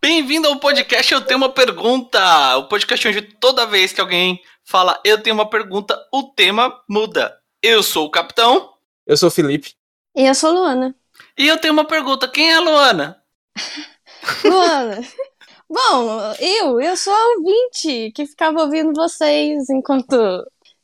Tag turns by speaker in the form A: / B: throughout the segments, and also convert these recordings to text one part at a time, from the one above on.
A: Bem-vindo ao podcast Eu Tenho Uma Pergunta. O podcast onde toda vez que alguém fala Eu Tenho Uma Pergunta, o tema muda. Eu sou o Capitão.
B: Eu sou o Felipe.
C: E eu sou a Luana.
A: E eu tenho uma pergunta. Quem é a Luana?
C: Luana. Bom, eu, eu sou a ouvinte que ficava ouvindo vocês enquanto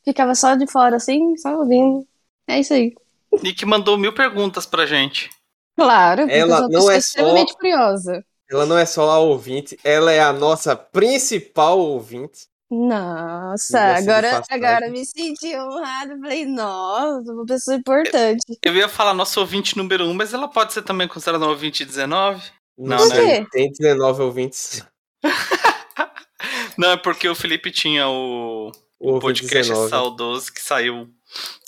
C: ficava só de fora, assim, só ouvindo. É isso aí.
A: Nick mandou mil perguntas pra gente.
C: Claro, porque
B: Ela
C: eu sou uma
B: não
C: pessoa
B: é só-
C: extremamente curiosa.
B: Ela não é só a ouvinte, ela é a nossa principal ouvinte.
C: Nossa,
B: Diga-se de
C: agora,
B: passagem.
C: agora eu me senti honrada. Falei, nossa, uma pessoa importante.
A: Eu ia falar nosso ouvinte número 1, mas ela pode ser também considerada uma ouvinte 19?
B: Não,
A: Por
B: sei,
C: quê?
B: Tem 19 ouvintes.
A: Não, é porque o Felipe tinha o
B: O
A: podcast
B: 19.
A: saudoso que saiu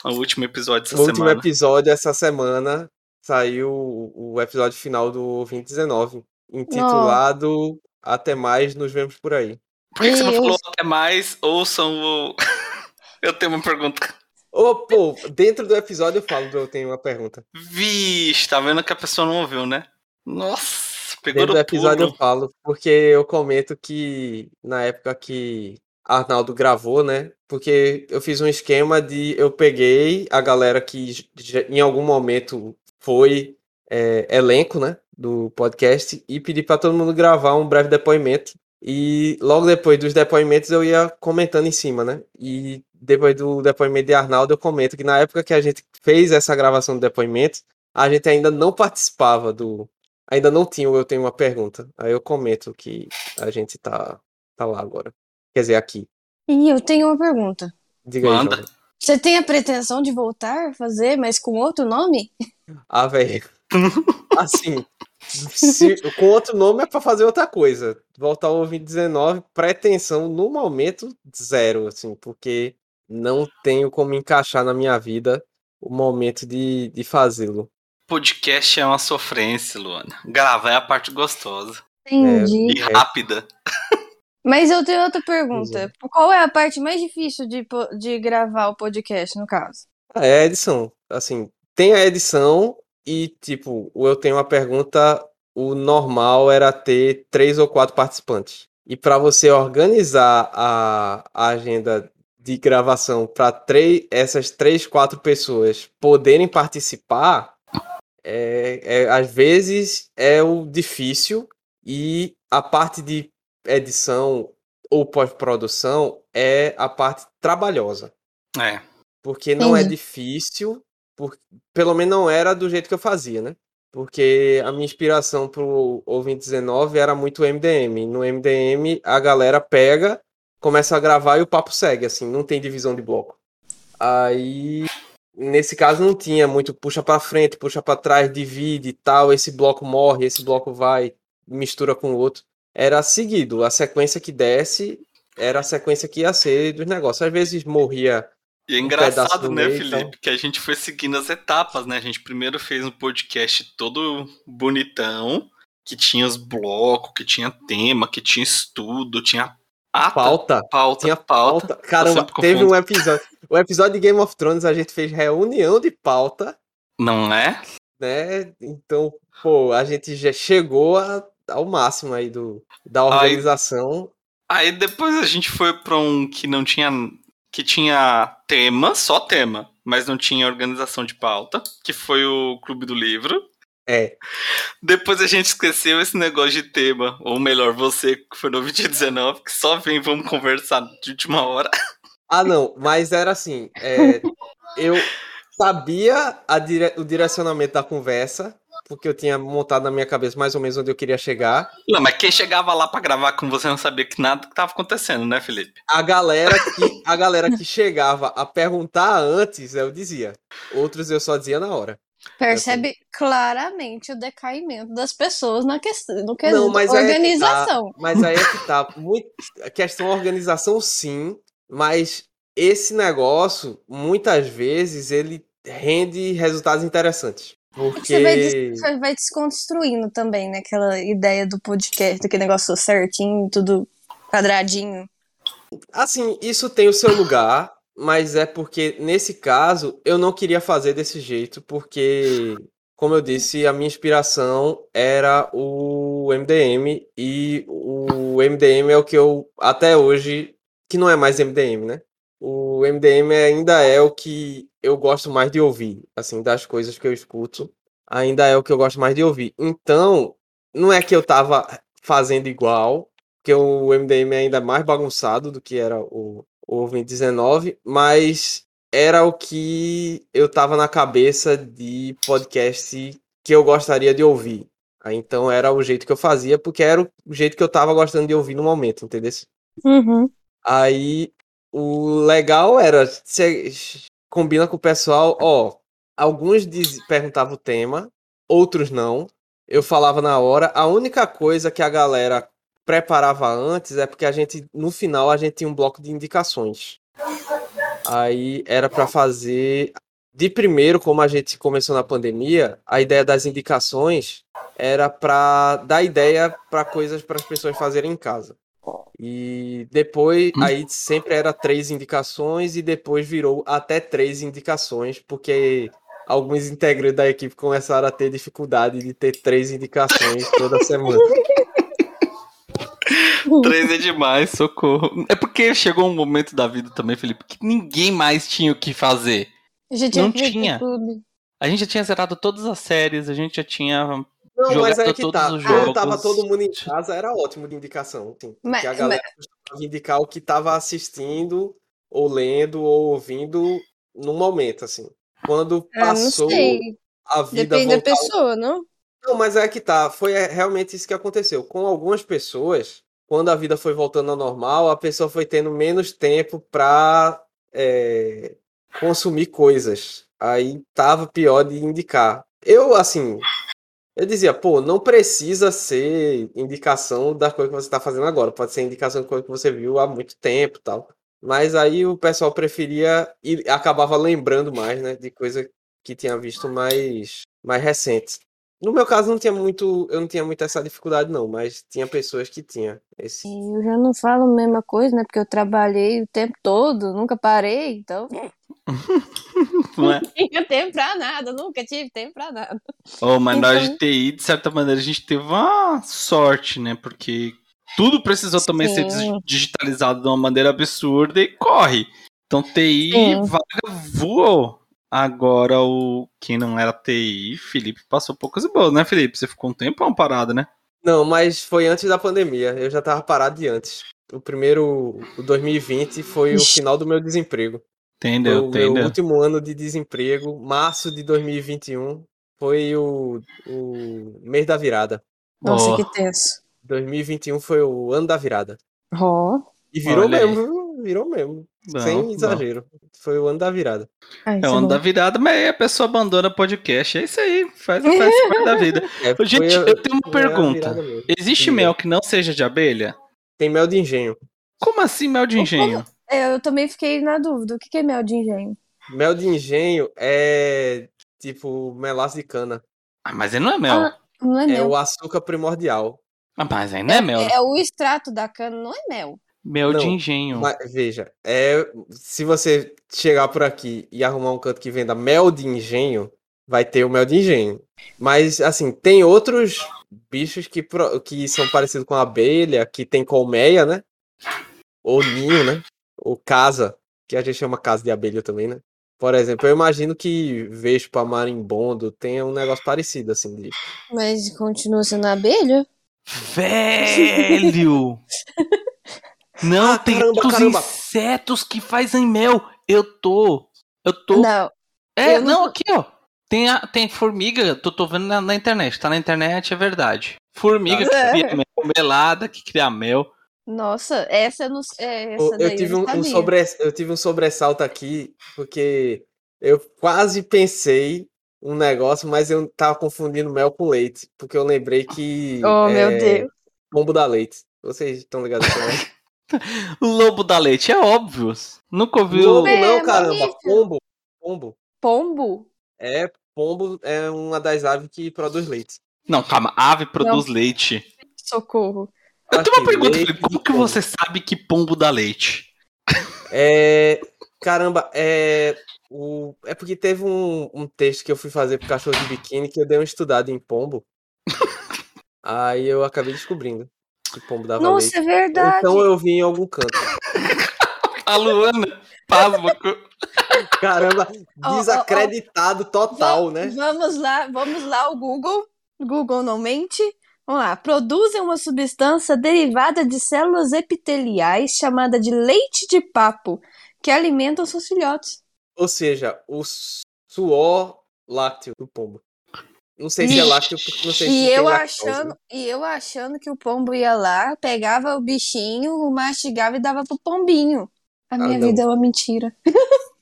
A: o último episódio essa
B: No último
A: semana.
B: episódio, essa semana, saiu o o episódio final do Ouvinte 19, intitulado Até Mais Nos Vemos Por Aí.
A: Por que você não
C: Deus.
A: falou até mais? Ouçam o. eu tenho uma pergunta.
B: Ô, pô, dentro do episódio eu falo, do eu tenho uma pergunta.
A: Vixe, tá vendo que a pessoa não ouviu, né? Nossa, pegou
B: Dentro do
A: no
B: episódio eu
A: pulo.
B: falo, porque eu comento que na época que Arnaldo gravou, né? Porque eu fiz um esquema de eu peguei a galera que j- j- em algum momento foi é, elenco, né? Do podcast e pedi para todo mundo gravar um breve depoimento. E logo depois dos depoimentos eu ia comentando em cima, né? E depois do depoimento de Arnaldo eu comento que na época que a gente fez essa gravação do depoimento, a gente ainda não participava do, Ainda não tinha, o eu tenho uma pergunta. Aí eu comento que a gente tá, tá lá agora. Quer dizer, aqui.
C: E eu tenho uma pergunta.
B: Diga
A: Manda.
B: aí, João.
C: Você tem a pretensão de voltar a fazer, mas com outro nome?
B: Ah, velho. assim, se- com outro nome é pra fazer outra coisa. Voltar ao 2019, pretensão no momento zero, assim, porque não tenho como encaixar na minha vida o momento de, de fazê-lo.
A: Podcast é uma sofrência, Luana. Gravar é a parte gostosa
C: Entendi.
A: e
B: É.
A: rápida.
C: Mas eu tenho outra pergunta.
B: Pois
C: Qual é a parte mais difícil de, po- de gravar o podcast, no caso?
B: Ah, É a edição. Assim, tem a edição e, tipo, o eu tenho uma pergunta. O normal era ter três ou quatro participantes. E para você organizar a, a agenda de gravação para três, essas três, quatro pessoas poderem participar, é, é, às vezes é o difícil e a parte de edição ou pós-produção é a parte trabalhosa.
A: É.
B: Porque não é
C: Entendi.
B: difícil, por- pelo menos não era do jeito que eu fazia, né? Porque a minha inspiração pro Ouvinte 19 era muito MDM. No MDM, a galera pega, começa a gravar e o papo segue, assim, não tem divisão de bloco. Aí, nesse caso, não tinha muito puxa pra frente, puxa pra trás, divide e tal, esse bloco morre, esse bloco vai, mistura com o outro. Era seguido, a sequência que desce era a sequência que ia ser dos negócios. Às vezes morria.
A: E é
B: Um pedaço
A: engraçado,
B: do
A: né,
B: meio,
A: Felipe?
B: então.
A: Que a gente foi seguindo as etapas, né? A gente primeiro fez um podcast todo bonitão, que tinha os blocos, que tinha tema, que tinha estudo, tinha ata,
B: Pauta.
A: pauta,
B: Tinha
A: pauta.
B: pauta. Caramba,
A: sempre
B: teve
A: confundo.
B: um episódio. O episódio de Game of Thrones a gente fez reunião de pauta,
A: Não é?
B: né? Então, pô, a gente já chegou a- ao máximo aí do, da
A: Ai.
B: organização.
A: Aí depois a gente foi pra um que não tinha. que tinha tema, só tema, mas não tinha organização de pauta, que foi o Clube do Livro.
B: É,
A: Depois a gente esqueceu esse negócio de tema, ou melhor, você que foi no 2019, que só vem vamos conversar de última hora.
B: Ah, não, mas era assim. é, eu sabia a dire- o direcionamento da conversa, porque eu tinha montado na minha cabeça mais ou menos onde eu queria chegar.
A: Não, mas quem chegava lá pra gravar com você não sabia que nada que tava acontecendo, né, Felipe?
B: A galera que, a galera que chegava a perguntar antes, eu dizia. Outros eu só dizia na hora. É
C: Percebe
B: assim.
C: claramente o decaimento das pessoas na questão, no
B: Não,
C: quesito
B: mas aí é que tá.
C: organização.
B: Mas aí é que tá. Muito... A questão da organização, sim, mas esse negócio, muitas vezes, ele rende resultados interessantes.
C: Você vai, des-
B: Porque.
C: vai- vai desconstruindo também, né? Aquela ideia do podcast, daquele negócio certinho, tudo quadradinho.
B: Assim, isso tem o seu lugar, mas é porque, nesse caso, eu não queria fazer desse jeito, porque como eu disse, a minha inspiração era o MDM e o MDM é o que eu até hoje que não é mais MDM, né? O MDM ainda é o que eu gosto mais de ouvir, assim, das coisas que eu escuto, ainda é o que eu gosto mais de ouvir. Então, não é que eu tava fazendo igual, que o MDM é ainda mais bagunçado do que era o, o Ouvinte 19, mas era o que eu tava na cabeça de podcast que eu gostaria de ouvir. Aí, Então era o jeito que eu fazia, porque era o jeito que eu tava gostando de ouvir no momento, entendeu?
C: Uhum.
B: Aí o legal era, você combina com o pessoal, ó, alguns diz- perguntavam o tema, outros não. Eu falava na hora. A única coisa que a galera preparava antes é porque a gente, no final, a gente tinha um bloco de indicações. Aí era pra fazer. De primeiro, como a gente começou na pandemia, a ideia das indicações era pra dar ideia pra coisas para as pessoas fazerem em casa. E depois,
A: Hum.
B: aí sempre era três indicações e depois virou até três indicações, porque alguns integrantes da equipe começaram a ter dificuldade de ter três indicações toda semana.
A: Três é demais, socorro. É porque chegou um momento da vida também, Felipe, que ninguém mais tinha o que fazer.
C: Eu já tinha
A: Não
C: feito
A: tinha.
C: tudo.
A: A gente já tinha zerado todas as séries, a gente já tinha.
B: Não, mas
A: Jogava
B: aí que
A: todos
B: tá.
A: os
B: Quando tava
A: jogos.
B: todo mundo em casa, era ótimo de indicação. Sim,
C: Mas-
B: porque a galera costumava indicar o que tava assistindo, ou lendo, ou ouvindo no momento, assim. Quando
C: Ah, não
B: passou
C: sei.
B: a vida
C: Depende da
B: voltar
C: pessoa, não?
B: Não, mas é que tá. Foi é, realmente isso que aconteceu. Com algumas pessoas, quando a vida foi voltando ao normal, a pessoa foi tendo menos tempo pra é, consumir coisas. Aí tava pior de indicar. Eu, assim, eu dizia, pô, não precisa ser indicação da coisa que você tá fazendo agora. Pode ser indicação de coisa que você viu há muito tempo e tal. Mas aí o pessoal preferia e acabava lembrando mais, né, de coisa que tinha visto mais, mais recente. No meu caso não tinha muito, eu não tinha muito essa dificuldade não, mas tinha pessoas que tinha esse.
C: Eu já não falo a mesma coisa, né? Porque eu trabalhei o tempo todo, nunca parei, então.
A: Não é?
C: Não tinha tempo pra nada, nunca tive tempo pra nada.
A: Oh, mas na área de
C: Então-
A: TI, de certa maneira, a gente teve uma sorte, né? Porque tudo precisou também ser
C: Sim.
A: dis- digitalizado de uma maneira absurda e corre. Então TI
C: Sim.
A: vaga voou. Agora o quem não era TI, Felipe passou poucas e boas, né, Felipe? Você ficou um tempão parado, né?
B: Não, mas foi antes da pandemia. Eu já tava parado de antes. O primeiro, o 2020 foi o
C: Ixi.
B: final do meu desemprego. Foi
A: Entendeu?
B: o meu
A: Entendeu?
B: último ano de desemprego, março de 2021, foi o, o mês da virada.
C: Nossa,
A: Ó,
B: assim,
C: que tenso.
B: 2021 foi o ano da virada.
C: Ó.
B: E virou
A: Olha aí.
B: mesmo, viu? virou mesmo.
A: bom, bom.
B: sem exagero. Foi o ano da virada.
C: Ai,
A: É
C: tá
B: um
A: o ano
C: bom.
A: da virada, mas aí a pessoa abandona podcast. É isso aí, faz, faz parte da vida.
B: É, foi
A: Gente,
B: a-
A: eu tenho uma
B: foi a
A: pergunta.
B: virada mesmo.
A: Existe
B: Diga.
A: mel que não seja de abelha?
B: Tem mel de engenho.
A: Como assim mel de engenho?
C: É, Eu também fiquei na dúvida. O que que é mel de engenho?
B: Mel de engenho é tipo melaço de cana.
A: Ah, mas aí não é mel.
C: Ah. Não é
B: É
C: mel.
B: o açúcar primordial.
A: Ah, mas aí não é, mel. né?
C: É o extrato da cana, não é mel.
A: Mel de
B: Não,
A: engenho.
B: Mas, veja, é, se você chegar por aqui e arrumar um canto que venda mel de engenho, vai ter o mel de engenho. Mas, assim, tem outros bichos que, pro- que são parecidos com a abelha, que tem colmeia, né? Ou ninho, né? Ou casa, que a gente chama casa de abelha também, né? Por exemplo, eu imagino que vespa, marimbondo, tenha um negócio parecido, assim, de
C: Mas continua sendo abelha?
A: Velho! não,
B: Ah,
A: tem
B: caramba,
A: outros
B: caramba.
A: insetos que fazem mel. Eu tô. Eu tô.
C: Não.
A: é,
C: eu
A: não,
C: não-
A: aqui, ó. Tem, a- tem formiga, tô, tô vendo na, na internet. Tá na internet, é verdade. Formiga
C: Tá.
A: que cria mel, melada que cria mel.
C: Nossa, essa eu não. É,
B: Pô,
C: essa daí
B: Eu tive
C: não
B: um, um
C: sabia.
B: sobre, eu tive um sobressalto aqui, porque eu quase pensei um negócio, mas eu tava confundindo mel com leite, porque eu lembrei que
C: Oh,
B: é,
C: meu Deus.
B: pombo da leite. Vocês estão ligados nisso, né?
A: Lobo da leite, é óbvio. Nunca ouviu.
B: Lobo
C: É,
B: não,
C: é
B: caramba,
C: mamífero.
B: pombo. Pombo.
C: Pombo?
B: É, pombo é uma das aves que produz leite.
A: Não, calma. Ave produz leite.
C: Socorro.
A: Eu tenho uma
B: Acho Ah, que
A: pergunta,
B: leite
A: Felipe. Como
B: de
A: que
B: pombo.
A: você sabe que pombo dá leite?
B: É, caramba, é O... É porque teve um, um texto que eu fui fazer pro cachorro de biquíni que eu dei uma estudada em pombo. Aí eu acabei descobrindo que pombo dava leite.
C: Nossa, é verdade.
B: Então eu vi em algum canto.
A: A Luana, pasma. co-
B: Caramba,
C: ó, ó.
B: desacreditado total, né?
C: Vamos lá, vamos lá, o Google. Google não mente. Vamos lá. Produzem uma substância derivada de células epiteliais chamada de leite de papo, que alimentam seus filhotes.
B: Ou seja, o suor lácteo do pombo. Não sei se é
A: Ixi.
B: lácteo, porque não sei se
C: E
B: tem
C: eu
B: lactose,
C: achando,
B: né?
C: e eu achando que o pombo ia lá, pegava o bichinho, o mastigava e dava pro pombinho. A minha
B: Ah, não.
C: vida é uma mentira.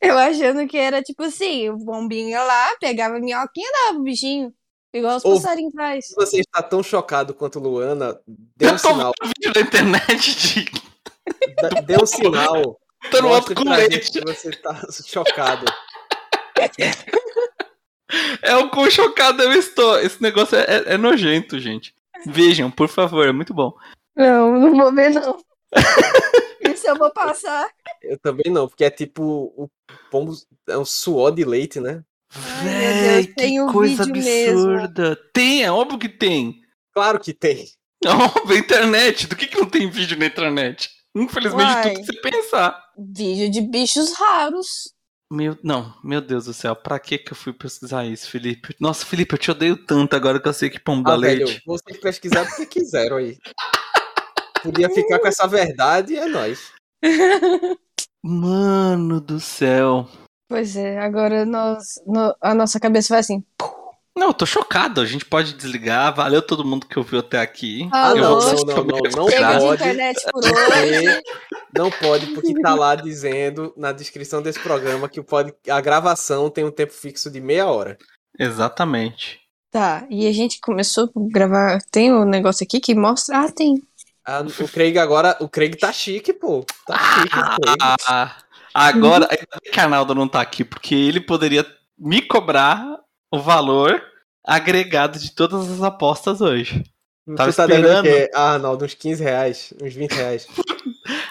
C: Eu achando que era tipo assim, o pombinho ia lá, pegava a minhoquinha e dava pro bichinho. Igual os
B: Ou-
C: passarinhos faz.
B: Se você está tão chocado quanto Luana, dê um
A: Eu tô
B: sinal.
A: vendo vídeo na internet de
B: Da- Dê um sinal.
A: dando
B: Mostre
A: outro um com
B: pra gente
A: leite.
B: que você está chocado.
A: É o quão chocado eu estou. Esse negócio é, é- é nojento, gente. Vejam, por favor, é muito bom.
C: Não, não vou ver, não. Isso eu vou passar.
B: Eu também não, porque é tipo o pombo é um suor de leite, né?
C: Ai, meu Deus,
A: Véi,
C: tem o
A: que coisa
C: vídeo mesmo.
A: absurda. Tem, é óbvio que tem.
B: Claro que tem.
A: É óbvio, internet. Do que, que não tem vídeo na internet? Infelizmente,
C: Uai.
A: tudo que você pensar.
C: Vídeo de bichos raros.
A: Meu, não, meu Deus do céu, pra que que eu fui pesquisar isso, Felipe? Nossa, Felipe, eu te odeio tanto agora que eu sei que pombo dá
B: Ah, velho,
A: leite.
B: vocês pesquisaram o que quiseram aí. Podia ficar com
A: Uh.
B: essa verdade e é nóis.
A: Mano do céu.
C: Pois é, agora nós, no- a nossa cabeça vai assim.
A: Não, eu tô chocado. A gente pode desligar. Valeu todo mundo que ouviu até aqui.
B: Ah,
C: Alô,
B: não,
A: vou-
B: não, não, não, não
C: chega de
B: pode.
C: internet por hoje.
B: Porque não pode, porque tá lá dizendo na descrição desse programa que o pod... a gravação tem um tempo fixo de meia hora.
A: Exatamente.
C: Tá, e a gente começou a gravar. Tem um negócio aqui que mostra. Ah, tem.
B: Ah, o Craig agora, o Craig tá chique, pô. Tá chique, o Craig.
A: Ah, agora, ainda bem que Arnaldo não tá aqui, porque ele poderia me cobrar o valor agregado de todas as apostas hoje. tava
B: Tu tá devendo o
A: esperando.
B: quê? Ah, Arnaldo, uns 15 reais, uns 20 reais.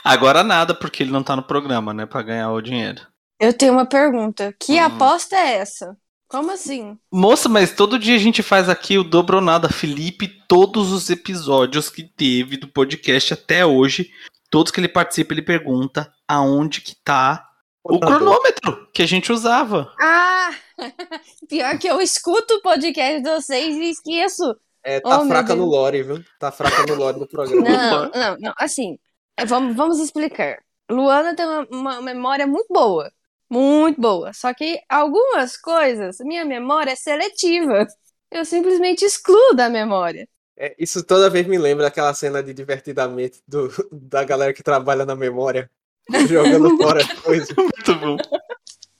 A: Agora nada, porque ele não tá no programa, né, pra ganhar o dinheiro.
C: Eu tenho uma pergunta. Que
A: Hum.
C: aposta é essa? Como assim?
A: Moça, mas todo dia a gente faz aqui o dobro ou nada, Felipe, todos os episódios que teve do podcast até hoje, todos que ele participa, ele pergunta aonde que tá o cronômetro que a gente usava.
C: Ah! Pior que eu escuto o podcast de vocês e esqueço.
B: É, tá
C: Oh, meu
B: fraca
C: Deus.
B: no lore, viu? Tá fraca no lore do programa.
C: Não,
A: Luana.
C: não, não. Assim, é, vamos, vamos explicar. Luana tem uma, uma memória muito boa. Muito boa. Só que algumas coisas, minha memória é seletiva. Eu simplesmente excluo da memória.
B: É, isso toda vez me lembra daquela cena de divertidamente do, da galera que trabalha na memória, jogando fora as coisas.
A: Muito bom.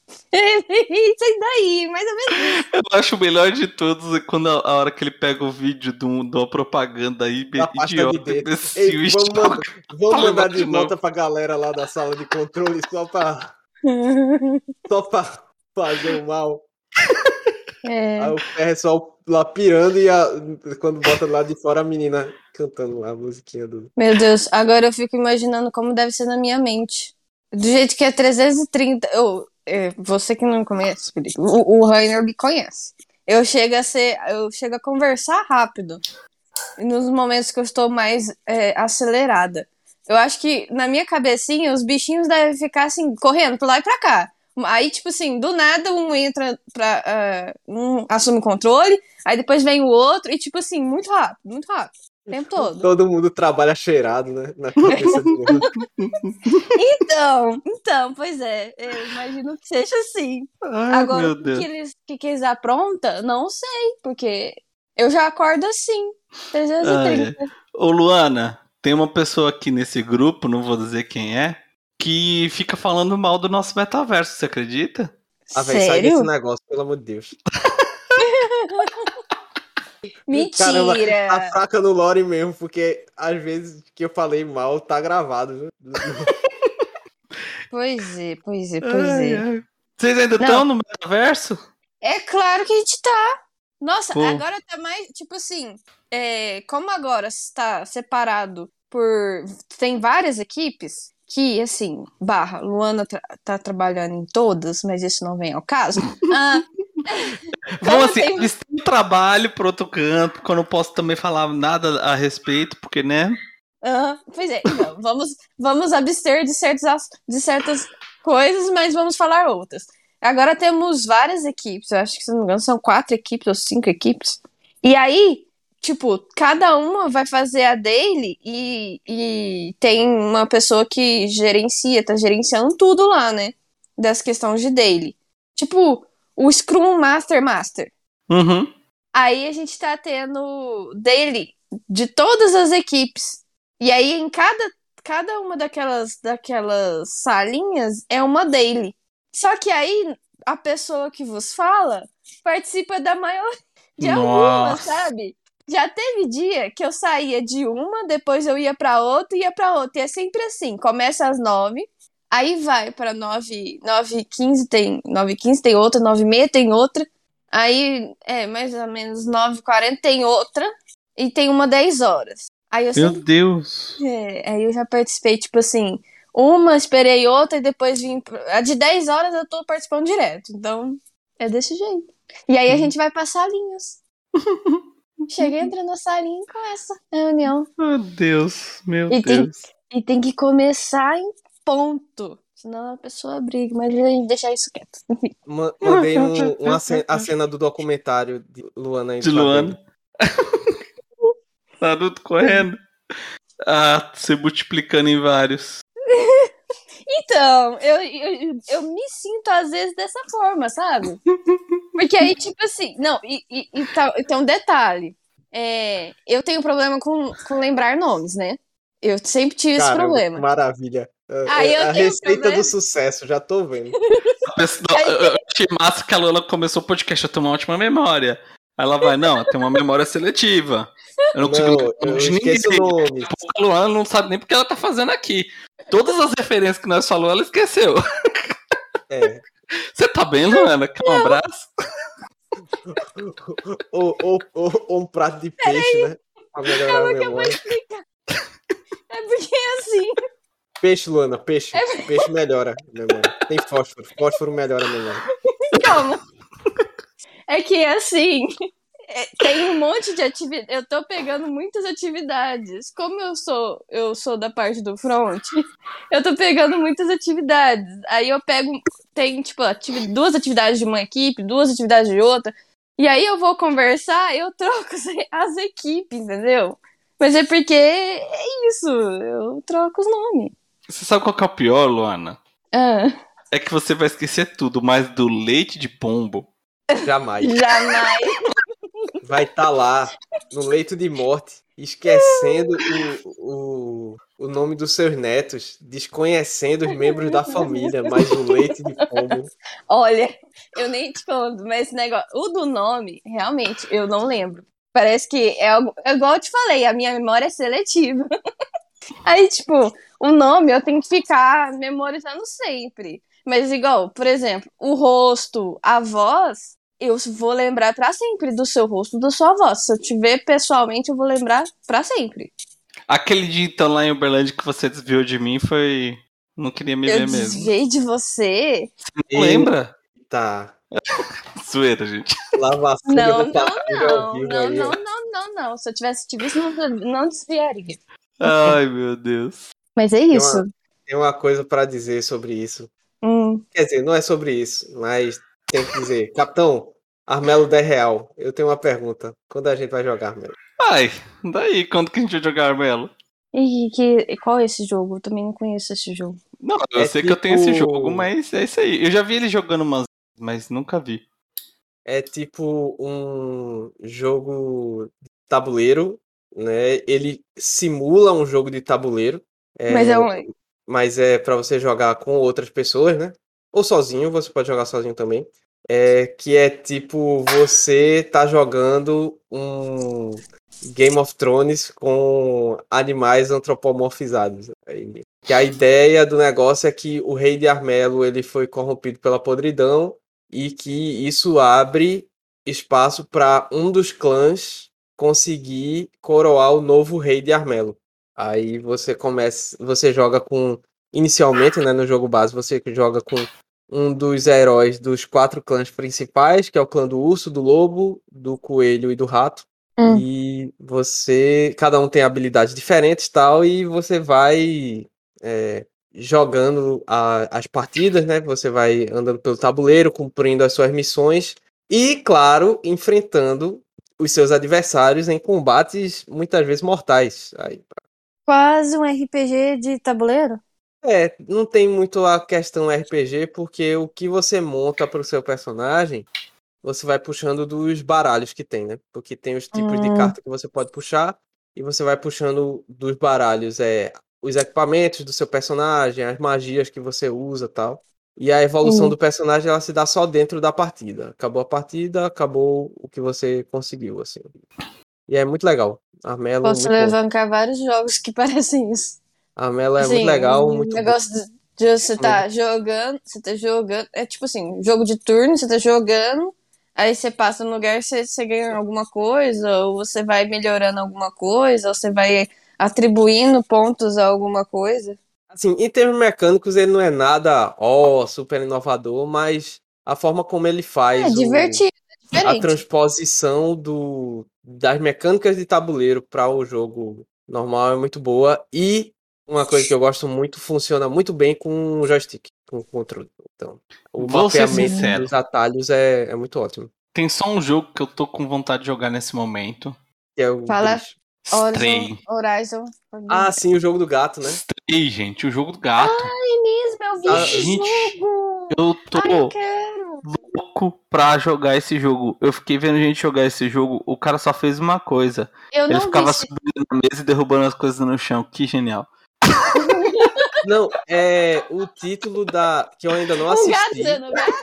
C: Isso aí daí, mais ou menos.
A: Eu acho o melhor de todos é quando a, a hora que ele pega o vídeo de, um, de uma propaganda aí,
B: Da pasta de
A: idiota,
B: dedo.
A: imbecil,
B: Ei,
A: e
B: vamos mandar,
A: choca.
B: vamos
A: Fala
B: mandar de
A: de novo.
B: volta pra galera lá da sala de controle só pra, só pra fazer o mal.
C: É,
B: Aí o pessoal lá pirando e a- quando bota lá de fora a menina cantando lá a musiquinha do.
C: meu Deus, agora eu fico imaginando como deve ser na minha mente. Do jeito que é 330. Eu, é, você que não conhece, Felipe, o, o Rainer me conhece. Eu chego a ser. Eu chego a conversar rápido. Nos momentos que eu estou mais é, acelerada. Eu acho que na minha cabecinha os bichinhos devem ficar assim, correndo pra lá e pra cá. Aí, tipo assim, do nada um entra pra. ah, um assume o controle, aí depois vem o outro, e tipo assim, muito rápido, muito rápido. O tempo todo.
B: Todo mundo trabalha cheirado, né? Na cabeça de
C: Então, então, pois é, eu imagino que seja assim.
A: Ai,
C: Agora,
A: meu
C: o
A: Deus.
C: que, é? eles, o que, que eles aprontam, não sei, porque eu já acordo assim,
A: Ah, é.
C: 330.
A: Ô Luana, tem uma pessoa aqui nesse grupo, não vou dizer quem é, que fica falando mal do nosso metaverso, você acredita?
B: Ah, velho, sai desse
C: Sério?
B: negócio, pelo amor de Deus.
C: Mentira!
B: Caramba, tá fraca no lore mesmo, porque às vezes que eu falei mal tá gravado. viu?
C: Pois é, pois é, pois é.
A: Ai, ai. Vocês ainda
C: Não.
A: estão no metaverso?
C: É claro que a gente tá. Nossa,
A: Pô.
C: agora tá mais. Tipo assim, é, como agora está separado por. Tem várias equipes, que, assim, barra, Luana tra- tá trabalhando em todas, mas isso não vem ao caso. Ah,
A: Vão
C: Cara,
A: assim,
C: tem-
A: eles têm trabalho pro outro canto, quando eu não posso também falar nada a respeito, porque, né?
C: ah, pois é, então, vamos, vamos abster de, certos, as- de certas coisas, mas vamos falar outras. Agora temos várias equipes, eu acho que, se não me engano, são quatro equipes ou cinco equipes. E aí, tipo, cada uma vai fazer a daily e, e tem uma pessoa que gerencia, tá gerenciando tudo lá, né? Das questões de daily. Tipo, o Scrum Master Master.
A: Uhum.
C: Aí a gente tá tendo daily de todas as equipes. E aí em cada, cada uma daquelas, daquelas salinhas é uma daily. Só que aí a pessoa que vos fala participa da maior de alguma,
A: Nossa.
C: sabe? Já teve dia que eu saía de uma, depois eu ia pra outra, ia pra outra. E é sempre assim, começa às nove, Aí vai pra 9, 9 15 tem 9 15 tem outra, 9 e meia tem outra. Aí é mais ou menos 9 40 tem outra e tem uma 10 horas. Aí eu
A: Meu
C: sempre,
A: Deus.
C: é, aí eu já participei tipo assim, uma, esperei outra e depois vim pra- a de 10 horas eu tô participando direto. Então, é desse jeito. E aí a gente vai pra salinhas. Chega, entra na salinha e começa a reunião.
A: Meu Deus, meu
C: E tem-
A: Deus.
C: E tem que começar em ponto. Senão a pessoa briga, mas a gente deixar isso quieto.
B: Ma- Mandei um, uma ce- a cena do documentário de Luana. indo
A: De
B: pra
A: Luana. Naruto Tá correndo. Ah, se multiplicando em vários.
C: Então, eu, eu, eu me sinto às vezes dessa forma, sabe? Porque aí, tipo assim, não, e, e, e tá- e tem um detalhe. É, eu tenho problema com, com lembrar nomes, né? Eu sempre tive esse
B: Caramba,
C: problema.
B: Maravilha.
C: Aí eu
B: a
C: tenho
B: receita
C: problema.
B: do sucesso, já tô vendo.
A: A pessoa- eu achei massa que a Lola começou o podcast, eu tenho uma ótima memória. Aí ela vai, não, tem uma memória seletiva. Eu não consigo lembrar o
B: eu
A: nome de ninguém.
B: esqueço o nome.
A: A Luana não sabe nem porque ela tá fazendo aqui. Todas as referências que nós falamos, ela esqueceu.
B: É.
A: Você tá bem, Luana? Quer um abraço?
B: Ou, ou- ou- ou um prato de peixe, né? Pra melhorar a
C: Calma que eu vou
B: memória.
C: explicar. É porque é assim.
B: Peixe, Luana,
C: É
B: peixe. Peixe melhora a memória. Tem fósforo. Fósforo melhora a memória.
C: Calma. É que assim, é, tem um monte de atividades. Eu tô pegando muitas atividades. Como eu sou, eu sou da parte do front, eu tô pegando muitas atividades. Aí eu pego. Tem, tipo, ativi- duas atividades de uma equipe, duas atividades de outra. E aí eu vou conversar, eu troco as, as equipes, entendeu? Mas é porque é isso, eu troco os nomes.
A: Você sabe qual que é o pior, Luana?
C: Ah,
A: É que você vai esquecer tudo, mas do leite de pombo.
B: Jamais.
C: jamais.
B: Vai estar lá, no leito de morte, esquecendo o, o, o nome dos seus netos, desconhecendo os membros da família, mas o leite de pombo.
C: Olha, eu nem te conto, mas esse negócio. O do nome, realmente, eu não lembro. Parece que é algo. é Igual eu te falei, a minha memória é seletiva. Aí, tipo, o nome eu tenho que ficar memorizando sempre. Mas, igual, por exemplo, o rosto, a voz, eu vou lembrar pra sempre do seu rosto, da sua voz. Se eu te ver pessoalmente, eu vou lembrar pra sempre.
A: Aquele dia então lá em Uberlândia que você desviou de mim foi. Não queria me
C: Eu
A: ver mesmo.
C: desviei de você.
A: Não lembra?
B: Eita,
A: Zoeira, gente.
B: lavação
C: Não,
B: de
C: não,
B: partilha ao
C: Não,
B: vivo
C: não,
B: aí, ó.
C: não, não, não, não. Se eu tivesse tido isso, não, não desviaria.
A: Ai, meu Deus.
C: Mas é
B: uma-
C: isso.
B: Tem uma coisa para dizer sobre isso.
C: Hum.
B: Quer dizer, não é sobre isso, mas tem que dizer. Capitão, Armelo 10 real. Eu tenho uma pergunta. Quando a gente vai jogar, Armelo?
A: Ai, daí, quando que a gente vai jogar Armelo?
C: E que, qual é esse jogo? Eu também não conheço esse jogo.
A: Não, eu
B: É
A: sei que eu tenho esse
B: tipo-
A: jogo, mas é isso aí. Eu já vi ele jogando umas vezes, mas nunca vi.
B: É tipo um jogo de tabuleiro, né? Ele simula um jogo de tabuleiro,
C: Mas é
B: é,
C: um.
B: mas é para você jogar com outras pessoas, né? Ou sozinho, você pode jogar sozinho também. É, que é tipo você tá jogando um Game of Thrones com animais antropomorfizados. Aí- Que a ideia do negócio é que o rei de Armelo ele foi corrompido pela podridão e que isso abre espaço para um dos clãs conseguir coroar o novo rei de Armelo. Aí você começa, você joga com inicialmente, né, no jogo base, você joga com um dos heróis dos quatro clãs principais, que é o clã do urso, do lobo, do coelho e do rato.
C: Hum.
B: E você. Cada um tem habilidades diferentes tal, e você vai é, jogando a- as partidas, né? Você vai andando pelo tabuleiro, cumprindo as suas missões. E, claro, enfrentando os seus adversários em combates muitas vezes mortais. Aí,
C: Quase um RPG de tabuleiro?
B: é, não tem muito a questão RPG, porque o que você monta para o seu personagem, você vai puxando dos baralhos que tem, né? Porque tem os tipos de
C: Hum.
B: carta que você pode puxar, e você vai puxando dos baralhos é, os equipamentos do seu personagem, as magias que você usa tal. E a evolução
C: Uhum.
B: do personagem, ela se dá só dentro da partida. Acabou a partida, acabou o que você conseguiu, assim. E é muito legal. A Melo, é
C: Posso
B: muito bom.
C: levantar vários jogos que parecem isso.
B: A Melo é
C: Assim,
B: muito legal, muito
C: O
B: boa.
C: negócio de, de você tá jogando, você tá jogando. É tipo assim, jogo de turno, você tá jogando, aí você passa no lugar, você, você ganha alguma coisa, ou você vai melhorando alguma coisa, ou você vai atribuindo pontos a alguma coisa.
B: Assim, em termos mecânicos, ele não é nada, ó, super inovador, mas a forma como ele
C: É
B: faz um o-
C: divertido, é
B: a
C: diferente.
B: transposição do, das mecânicas de tabuleiro para o jogo normal é muito boa. E uma coisa que eu gosto muito, funciona muito bem com o joystick, com o controle. Então, o
A: Vou ser
B: mapeamento
A: sincero.
B: dos atalhos é, é muito ótimo.
A: Tem só um jogo que eu tô com vontade de jogar nesse momento.
B: Que é o
C: Fala-
B: Gris.
A: Stray.
C: Horizon. Horizon.
B: Ah, sim, o jogo do gato, né?
A: Stray, gente, o jogo do gato.
C: é mesmo, eu vi
B: Ah,
C: esse
A: gente,
C: jogo.
A: eu tô
C: Ai, eu quero.
A: louco pra jogar esse jogo. Eu fiquei vendo gente jogar esse jogo, o cara só fez uma coisa.
C: Eu
A: Ele
C: não vi
A: ficava
C: esse
A: subindo na mesa e derrubando as coisas no chão. Que genial.
B: Não, é o título da. que eu ainda não
C: Um gato,
B: assisti.
C: dando gato.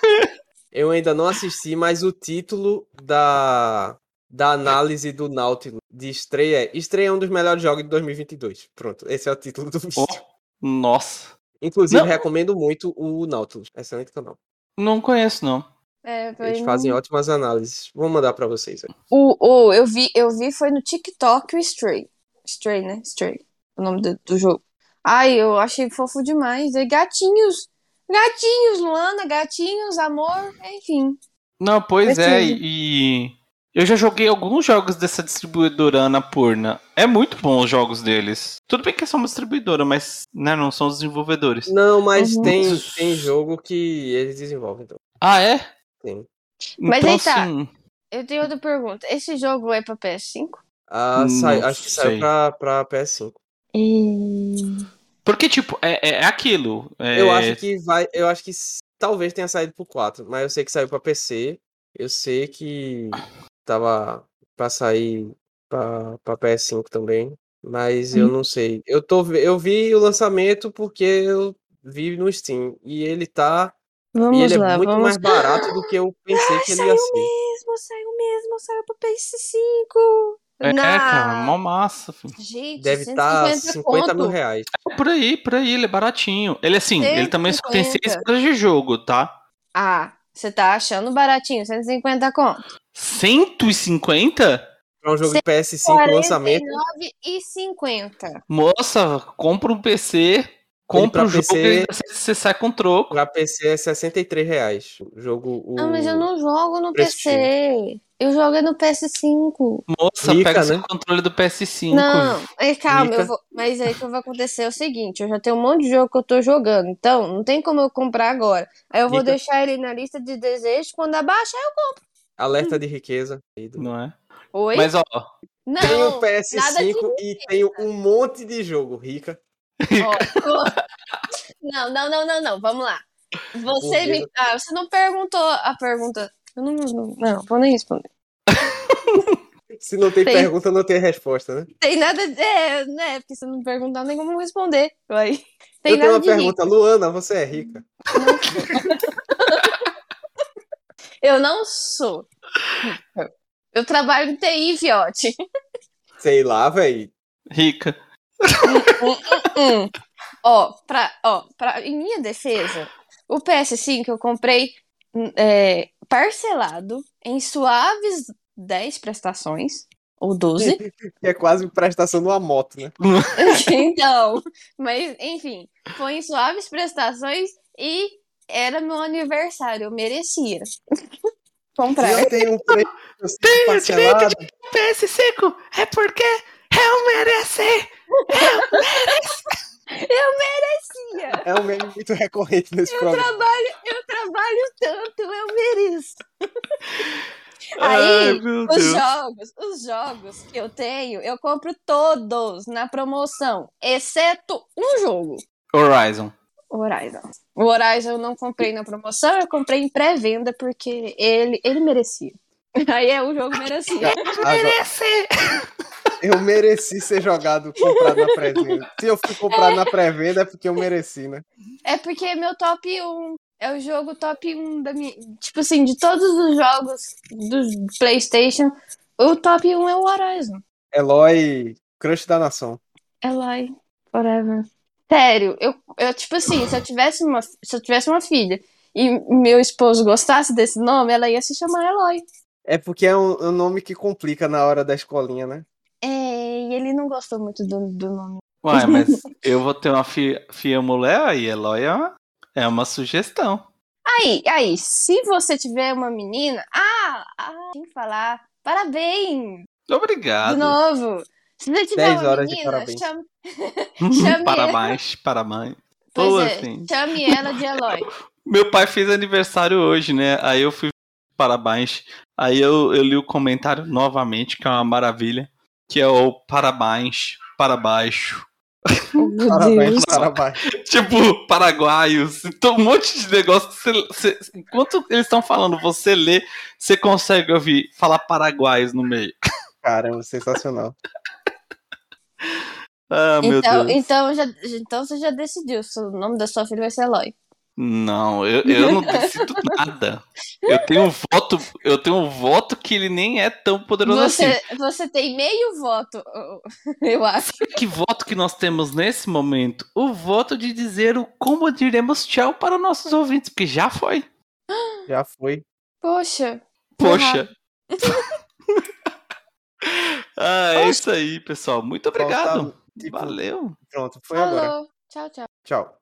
B: Eu ainda não assisti, mas o título da, da análise do Nautilus de estreia é Estreia é um dos melhores jogos de 2022. Pronto, esse é o título do vídeo.
A: Ó, nossa.
B: Inclusive,
A: Oh. não.
B: recomendo muito o Nautilus. Excelente canal.
A: Não conheço, não.
C: É, foi
B: Eles
C: um-
B: fazem ótimas análises. Vou mandar pra vocês. aí.
C: O, o, eu vi, eu vi foi no TikTok o Stray. Stray, né? Stray. O nome do, do jogo. Ai, eu achei fofo demais. É gatinhos. Gatinhos, Luana, gatinhos, amor, enfim.
A: Não, pois
C: Preciso.
A: é, e. Eu já joguei alguns jogos dessa distribuidora Anapurna. É muito bom os jogos deles. Tudo bem que é só uma distribuidora, mas né, não são os desenvolvedores.
B: Não, mas
C: Uhum.
B: tem, tem jogo que eles desenvolvem. Então.
A: Ah, é?
B: Sim.
C: Mas aí tá.
A: assim,
C: Eu tenho outra pergunta. Esse jogo é pra PS5?
B: Ah, sai-
A: Hum, Não
B: acho que saiu
A: sei.
B: pra, pra PS5.
A: porque, tipo, é, é- é aquilo. é-
B: Eu acho que vai. Eu acho que s- talvez tenha saído pro 4, mas eu sei que saiu pra PC. Eu sei que tava pra sair pra, pra PS5 também. Mas
C: Uhum.
B: eu não sei. Eu, tô, ve- eu vi o lançamento porque eu vi no Steam. E ele tá. e
C: Vamos
B: ele
C: lá,
B: é muito
C: vamos.
B: mais barato do que eu pensei que ele ia
C: saiu
B: ser.
C: mesmo, saiu mesmo, saiu pra PS5.
A: É, é,
C: Não.
A: cara, mó massa. filho.
C: Gente,
B: Deve estar
C: 150
B: 50 mil
C: conto.
B: reais.
A: Por aí, por aí, ele é baratinho. Ele, assim, ele também só tem
C: 150.
A: seis horas de jogo, tá?
C: Ah, você tá achando baratinho, 150 conto.
A: 150?
B: Pra um jogo de PS5, lançamento.
C: 49,50.
A: Moça, compra um PC, compra
B: pra
A: o jogo
B: PC
A: e ainda você, você sai com troco.
B: Pra PC é 63 reais. O jogo. O...
C: Não, Ah, mas eu não jogo no
B: preço
C: PC. Eu jogo é no PS5.
A: Moça,
B: Rica,
A: pega o seu
B: né?
A: controle do PS5.
C: Não, é, calma,
B: Mica.
C: eu vou, mas aí o que vai acontecer é o seguinte, eu já tenho um monte de jogo que eu tô jogando, então não tem como eu comprar agora. Aí eu vou
B: Mica.
C: deixar ele na lista de desejos, quando abaixar eu... hum.
B: Alerta de riqueza. Aí do-
A: Não é?
C: Oi?
A: Mas, ó,
B: Tem um o
C: Não, nada de
B: PS5 e tem um monte de jogo, rica.
C: Ó, Não, não, não, não, não. Vamos lá. Você me.
B: Burguesa.
C: Ah, você não perguntou a pergunta. Eu não, não, não, vou nem responder.
B: Se não tem,
C: Tem.
B: pergunta, não tem resposta, né?
C: Tem nada. de- É, né? Porque você não me perguntar, nem como responder. Vai. Tem
B: eu tenho
C: nada
B: uma
C: de rico.
B: pergunta, Luana, você é rica?
C: Eu não sou. Eu trabalho em TI, fiote.
B: Sei lá, velho.
A: rica.
C: Hum. Ó, pra, ó pra, em minha defesa, o PS5 eu comprei hum, é, parcelado em suaves 10 prestações. Ou 12.
B: Que é quase prestação de uma moto, né?
C: então, mas enfim, foi em suaves prestações e era meu aniversário, eu merecia.
B: E
C: Comprar.
B: eu tenho um preço que eu sinto
A: Tenho direito
B: parcelado.
A: PS5 é porque eu mereci.
C: Tia,
B: É um meme muito recorrente nesse
C: Eu
B: programa.
C: trabalho, eu trabalho tanto, eu mereço.
A: Ai,
C: Aí,
A: meu
C: Os
A: Deus.
C: jogos, os jogos que eu tenho, eu compro todos na promoção, exceto um jogo.
A: Horizon.
C: O Horizon. O Horizon eu não comprei na promoção, eu comprei em pré-venda porque ele, ele merecia. Aí é o jogo merecia.
B: Agora,
A: Mereci.
B: eu mereci ser jogado, comprado na pré-venda. Se eu fui comprado na pré-venda é porque eu mereci, né?
C: É porque é meu top 1. É o jogo top 1 da minha. Tipo assim, de todos os jogos do PlayStation, o top 1 é o Horizon.
B: Eloy, crush da nação.
C: Eloy, forever. Sério, eu, eu tipo assim, se eu tivesse uma, se eu tivesse uma filha e meu esposo gostasse desse nome, ela ia se chamar Eloy.
B: É porque é um, um nome que complica na hora da escolinha, né?
C: É, e ele não gostou muito do, do nome.
A: Ué, mas eu vou ter uma fi fia mulher aí, Eloy é uma, é uma sugestão.
C: Aí, aí, se você tiver uma menina, ah, ah tem que falar parabéns de
A: Obrigado.
C: novo. Se você tiver
B: Dez
C: uma
B: horas de
C: menina,
B: parabéns.
C: chame,
A: Hum,
C: Chame
A: parabéns, parabéns.
C: pois
A: Boa,
C: é,
A: sim.
C: chame ela de Eloy.
A: Meu pai fez aniversário hoje, né? Aí eu fui parabéns. Aí eu, eu li o comentário novamente, que é uma maravilha. Que é o parabéns para baixo.
B: Parabéns, parabéns.
A: Tipo, paraguaios. Então, um monte de negócio. que você- você- enquanto eles estão falando, você lê, você consegue ouvir falar paraguaios no meio.
B: Caramba, é sensacional.
A: Ah, meu
C: Então,
A: Deus.
C: então, já, então você já decidiu, se o nome da sua filha vai ser Eloy.
A: Não, eu, eu não decido nada. Eu tenho um voto, eu tenho um voto que ele nem é tão poderoso assim.
C: Você, você tem meio voto, eu acho.
A: Que voto que nós temos nesse momento? O voto de dizer o como diremos tchau para nossos ouvintes, porque já foi.
B: Já foi.
C: Poxa,
A: Poxa. ah, é isso aí, pessoal. Muito
B: Falta-
A: obrigado.
B: tipo,
A: Valeu.
B: Pronto, foi agora.
C: falou. Tchau, tchau.
B: Tchau.